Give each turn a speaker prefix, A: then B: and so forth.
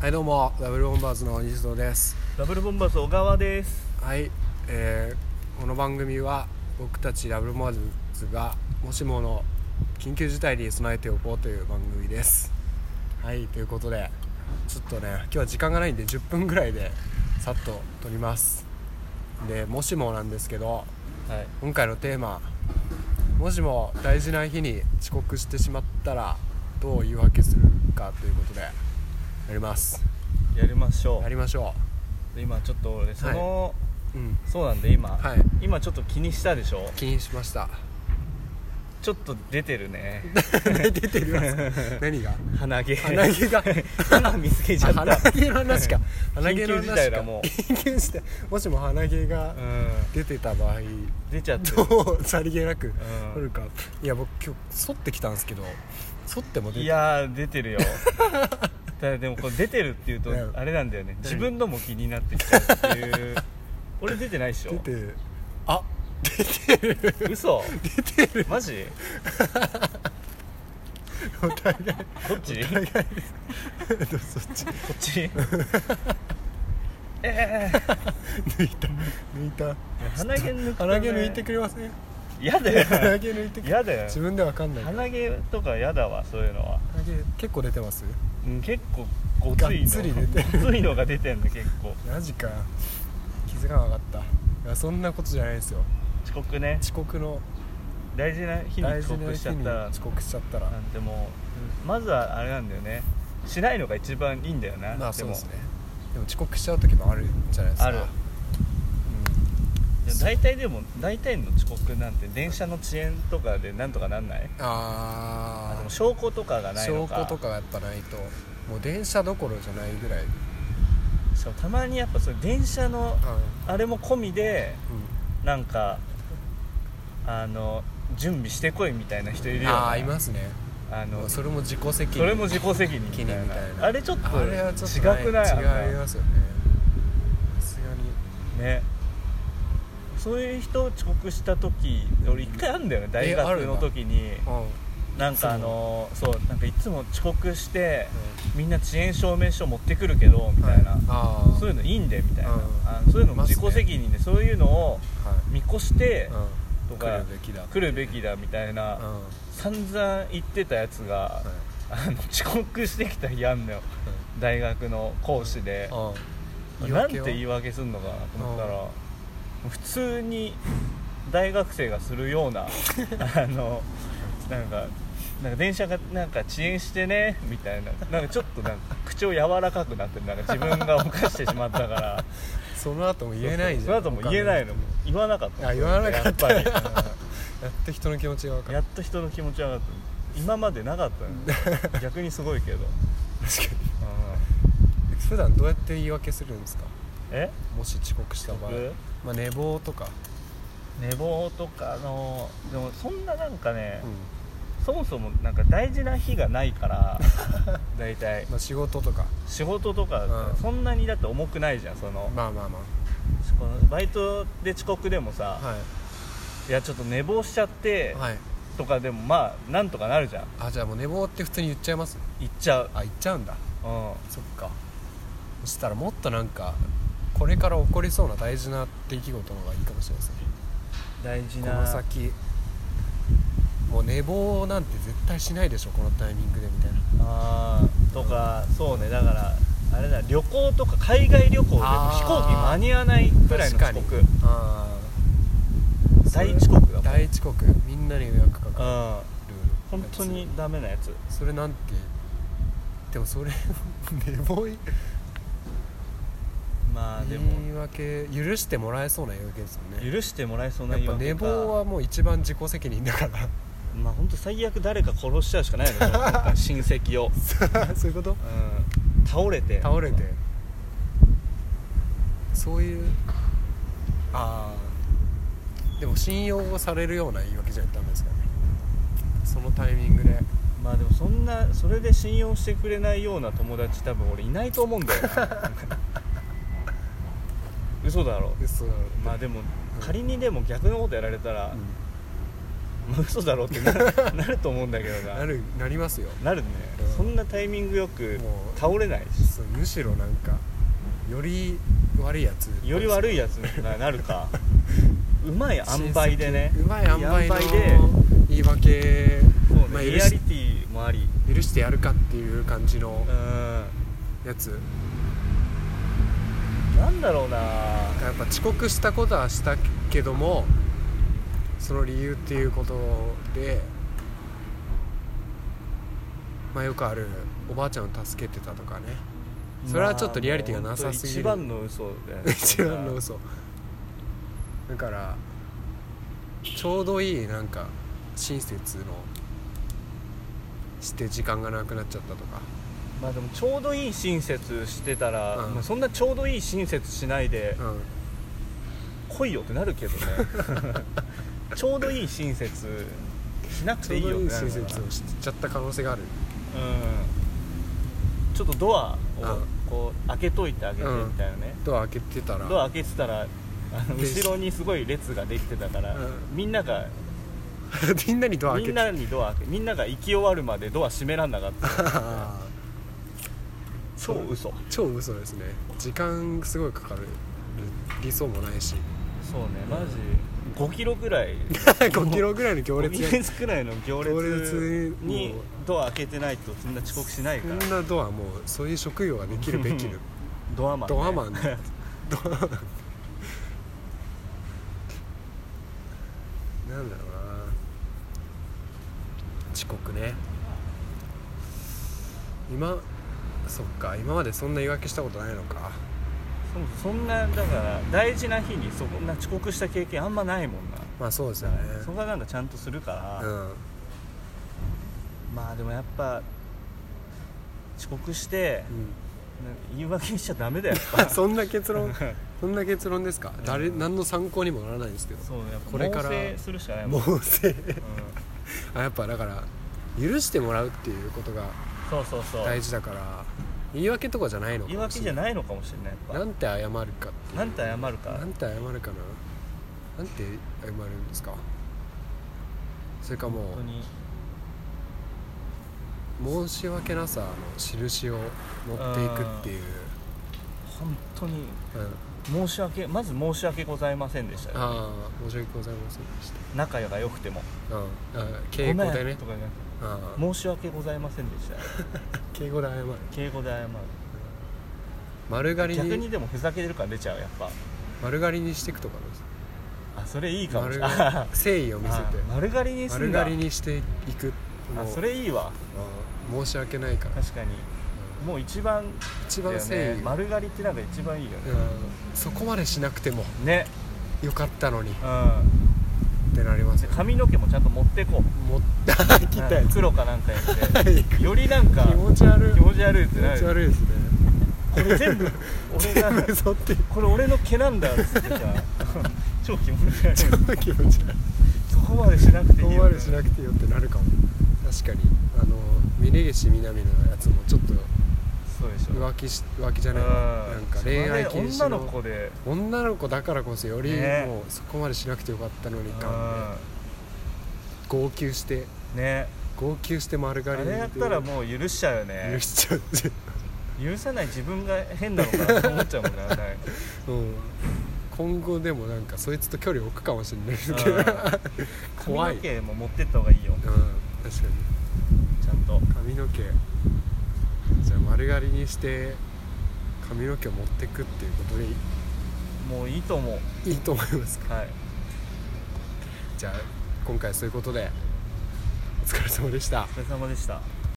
A: はいどうもダブルボンバーズの西野です
B: ダブルボンバーズ小川です
A: はい、えーこの番組は僕たちダブルボンバーズがもしもの緊急事態に備えておこうという番組ですはいということでちょっとね今日は時間がないんで10分ぐらいでさっと撮りますでもしもなんですけど
B: はい
A: 今回のテーマもしも大事な日に遅刻してしまったらどう言い訳するかということでやります
B: やりましょ
A: やりましょ
B: う今ちょっと俺その、
A: ううん
B: そうなんで今、
A: はい
B: 今ちょっと気にしたでしょ
A: 気にしました
B: ちょっと出てるね
A: 出てる何が
B: 鼻毛
A: 鼻毛が
B: 鼻見つけちゃ
A: あ
B: った
A: 鼻毛の話 か鼻毛の
B: 緊急
A: 話
B: 事
A: か
B: 態だもう
A: 緊急事態もしも鼻毛が
B: うん
A: 出てた場合
B: 出ちゃってる
A: どうさりげなく
B: ん
A: 取るかいや僕今日剃ってきたんですけど剃っても出
B: い
A: て
B: やー出てるよただでもこれ出てるっていうと
A: ね
B: あれなんだよね自分のも気になってきちゃうっていう俺出てないっしょ
A: 出てあ
B: 嘘出てるマジお互いどっち
A: そっち
B: こっちええ
A: 抜いた抜いた
B: 鼻毛抜くとね
A: 鼻毛抜いてくれません
B: やだ
A: 鼻
B: よ
A: 毛抜いてくれ
B: やだよ
A: 自分でわかんないから
B: 鼻毛とかやだわそういうのは、
A: 鼻毛結構出てます
B: うん、結構ごつい
A: がっつり出て
B: のごついのが出てんの結構
A: マジか気づかなかったいやそんなことじゃないですよ
B: 遅刻ね
A: 遅刻の
B: 大事な日に
A: 大
B: 遅
A: 事な
B: 刻しちゃ
A: 日
B: っ
A: に
B: たら
A: 遅刻しちゃったら
B: なんてもうまずはあれなんだよねしないのが一番いいんだよな、
A: まあそうですねでも遅刻しちゃう時もあるじゃないですか
B: あるでも大体でも大体の遅刻なんて電車の遅延とかでなんとかなんないあ
A: あ
B: でも
A: ー
B: 証拠とかがないの
A: 証
B: か
A: 拠とかやっぱないともう電車どころじゃないぐらい、
B: そうたまにやっぱそれ電車のあれも込みでなんかあの準備してこいみたいな人いるよ、ね、
A: ああいますね
B: あのそ
A: それも自己責任
B: れも自己責任みたいな
A: 責任みたいな
B: あれちょっと
A: あれはちょっと
B: 違くないあんな
A: 違いますよねさすがに
B: ねそういう人遅刻した時俺一回あるんだよね大
A: あ
B: 学
A: るん
B: の
A: だ
B: 時に
A: うん
B: なんかあのそうなんかいつも遅刻してみんな遅延証明書持ってくるけどみたいな、
A: はああ
B: そういうのいいんでみたいな、
A: うん
B: あそういうのも自
A: いま
B: 己
A: すね
B: 責任でそういうのを
A: は
B: 見越して
A: い、う
B: と
A: ん、来
B: か、
A: るべきだ
B: 来るべきだみたいな、
A: うんは
B: 散々言ってたやつが、あの遅刻してきた日あんのよ大学の講師で、
A: い、うん
B: なんて言い
A: わ
B: 訳すんのかなと思ったら、普通に大学生がするよ うなあのなんかなんか電車がなんか遅延してねみたいななんかちょっとなんか口を柔らかくなってるなんか自分が犯してしまったから。
A: その後も 言えないじゃん
B: そうそうその後も言えないの言わなかった
A: あ言わなかった
B: やっぱ
A: やって人の気持ちが分
B: り
A: か
B: や
A: る
B: っと人の気持ち分かった今までなかった の逆にすごいけど、うん、
A: 確かに普段どうやって言い訳するんですか
B: え
A: もし遅刻した場合
B: 僕
A: まあ寝坊とか
B: 寝坊とかのでもそんななんかね、
A: うん
B: そもそもなんか大事な日がないから 大体
A: まあ仕事とか
B: 仕事とか
A: うん
B: そんなにだって重くないじゃんその,、
A: まあまあま
B: このバイトで遅刻でもさ、、
A: あはい
B: やちょっと寝坊しちゃって
A: いはい
B: とかでもまあなんとかなるじゃん
A: あじゃあもう寝坊って普通に言っちゃいます
B: 行っちゃう
A: あ言っちゃうんだ
B: うん
A: そっかそしたらもっとなんかこれから起こりそうな大事な出来事の方がいいかもしれないですね
B: 大事
A: こ
B: な
A: の先もう寝坊なんて絶対しないでしょこのタイミングでみたいな
B: あーとかそうねだからあれだ旅行とか海外旅行でも
A: あー
B: 飛行機間に合わないぐらいの遅
A: 確か
B: 刻
A: にあー
B: 大遅刻だもん
A: 大遅刻みんなに迷惑か
B: うん
A: か
B: 本
A: る
B: 当にダメなやつ
A: それなんてでもそれ 寝坊い
B: まあでも
A: 言い訳許してもらえそうな言い訳ですよね
B: 許してもらえそうな
A: やっ
B: 言い
A: ぱ
B: 訳
A: 寝
B: か
A: 坊はもう一番自己責任だから
B: まあ本当最悪誰か殺しちゃうしかないのよなんか親戚を、
A: そういうこと
B: うん、倒れて
A: 倒れてそういうああでも信用をされるような言い訳じゃダメですからねそのタイミングで
B: まあでもそんなそれで信用してくれないような友達多分俺いないと思うんだよ な嘘だろ
A: 嘘だろ
B: まあでも仮にでも逆のことやられたら、 まあ嘘だろうってななると思うんだけど
A: うん
B: な
A: なるなりますよ
B: なるね、
A: うん
B: そそんなタイミングよく
A: もう
B: 倒れないし
A: そうむしろなんかより悪いやつ
B: より悪いやつになる かうまい塩梅でね
A: うまい塩梅の
B: いい塩梅で
A: 言い訳
B: そうね、
A: まあ、許
B: リア
A: し
B: リティもあり
A: 許してやるかっていう感じの
B: うん
A: やつ
B: なんだろうな
A: やっぱ遅刻したことはしたけどもその理由っていうことでまあよくあるおばあちゃんを助けてたとかねそれはちょっとリアリティがなさすぎる
B: まあもう本当一番の嘘だよ ね
A: 一番の嘘だからちょうどいいなんか親切のして時間がなくなっちゃったとか
B: まあでもちょうどいい親切してたら、
A: うん
B: まあ、そんなちょうどいい親切しないで
A: うん
B: 来いよってなる けどねちょうどいい親切しなく
A: ち
B: て
A: ょ
B: いいうよ
A: ど
B: っ
A: いい
B: てなる
A: 親
B: から
A: 切をしちゃった可能性がある
B: うんちょっとドアをこう開けといてあげてみたいなね、
A: ドア開けてたら
B: ドア開けてたらあの
A: で
B: 後ろにすごい列ができてたから、
A: うん
B: みんなが
A: みんなにドア開
B: み
A: け
B: ん
A: てた
B: なにドア開けみんなが行き終わるまでドア閉めらんなかった 超嘘
A: 超嘘ですね時間すごいかかる理想もないし
B: そうねマジ5キロぐらい
A: 5キロぐらいの行
B: 5
A: 列
B: キ
A: や
B: ロくらいの行列
A: 行列に
B: にドア開けてないとそんな遅刻しないから
A: そんなドアもうそういう職業ができるべきる
B: ドアマン、ね、
A: ドアマンドアマンなんだろうな遅刻ね今そっか今までそんな言い訳したことないのか
B: そうそんなだから大事な日にそんな遅刻した経験あんまないもんな
A: まあそうですよね
B: そこはなんかちゃんとするから、
A: うん
B: まあでもやっぱ遅刻してなんか言い訳しちゃダメだよやっ
A: う
B: ぱ
A: ん そんな結 論
B: そ
A: そんな結論ですか誰何の参考にもならないんですけど
B: うやっぱ
A: これから
B: 猛省するしかないも
A: 猛
B: ん、うん、
A: 省 あやっぱだから許してもらうっていうことが
B: そうそうそう
A: 大事だから言い訳とかじゃないのか
B: 言い
A: も
B: 訳
A: し
B: じ
A: れ
B: ゃ
A: ない
B: ないのかもしれないや
A: な
B: っ
A: んて謝るかって
B: ぱなんて謝る
A: な
B: か
A: んて謝るかななんて謝るんですかそれかも
B: 本当に
A: う申し訳なさの印を持っていくっていう、
B: 本当に
A: うん、
B: 申し訳まず申し訳ございませんでしたよ
A: ああ申し訳ございませんでし
B: 仲が良くても
A: た、うん、あ
B: ご
A: 敬語で
B: め
A: ね
B: んとかじゃなくて
A: ああ
B: 申し訳ございませんでした
A: 敬語で謝る
B: 敬語で謝る
A: 丸刈り
B: 逆
A: に
B: にでもふざけてる感出ちゃうやっぱ
A: 丸刈りにしていくとかどうです
B: あそれいいかも
A: 丸
B: しれ
A: 刈
B: ない
A: り
B: あ
A: 誠意を見せて
B: 丸刈りにすん
A: 丸
B: だ
A: 刈りにしていく
B: あ
A: もう
B: それいいわ
A: うん申し訳ないから
B: 確かにもう一番
A: 一
B: だ
A: 番
B: よ
A: 誠意、
B: ね丸刈りってなんか一番いいよね
A: うんそこまでしなくても
B: ね
A: よかったのにっ
B: うん
A: てなります
B: で
A: よね
B: 髪の毛もちゃんと持ってこう
A: もった切ったや
B: うん
A: つ
B: 黒かなんか やっ
A: はい
B: てよりなんか
A: 気持ち悪い
B: 気持ち悪いって
A: 気
B: な
A: 持ち
B: る
A: 悪いですね
B: これ全部俺が
A: 全部剃って
B: これ俺の毛なんだっつ ってさ超気持ち悪い
A: ちょっと気持ち悪い
B: そこまでしなくていい
A: そ
B: よ
A: こ
B: ね
A: までしなくていいよってなるかも確かにあの峯岸みなみのやつもちょっと
B: そうでしょ
A: 浮気し浮気じゃ
B: う
A: ないなんんか恋愛禁止
B: それで
A: の
B: 女の子で
A: 女の子だからこそより
B: ね
A: もうそこまでしなくてよかったのに感
B: う
A: で号泣して
B: んね
A: 号泣して丸
B: あ
A: 刈りに
B: れやったらもう許しちゃうよ
A: 許
B: ね
A: しちゃうって
B: 許さない自分が変なのかなと思っちゃうもんななん か
A: うん今後でもなんかそいつと距離置くかもしれないですけど
B: うん
A: 怖い
B: 髪の毛も持ってった方がいいよ
A: うん確か
B: ちゃんと
A: に髪の毛じゃあ丸刈りにして髪の毛を持ってくっていうことでい
B: もういいと思う
A: いいと思いますか
B: はい
A: じゃあ今回そういうことでお疲れ様でした
B: お疲れ様でした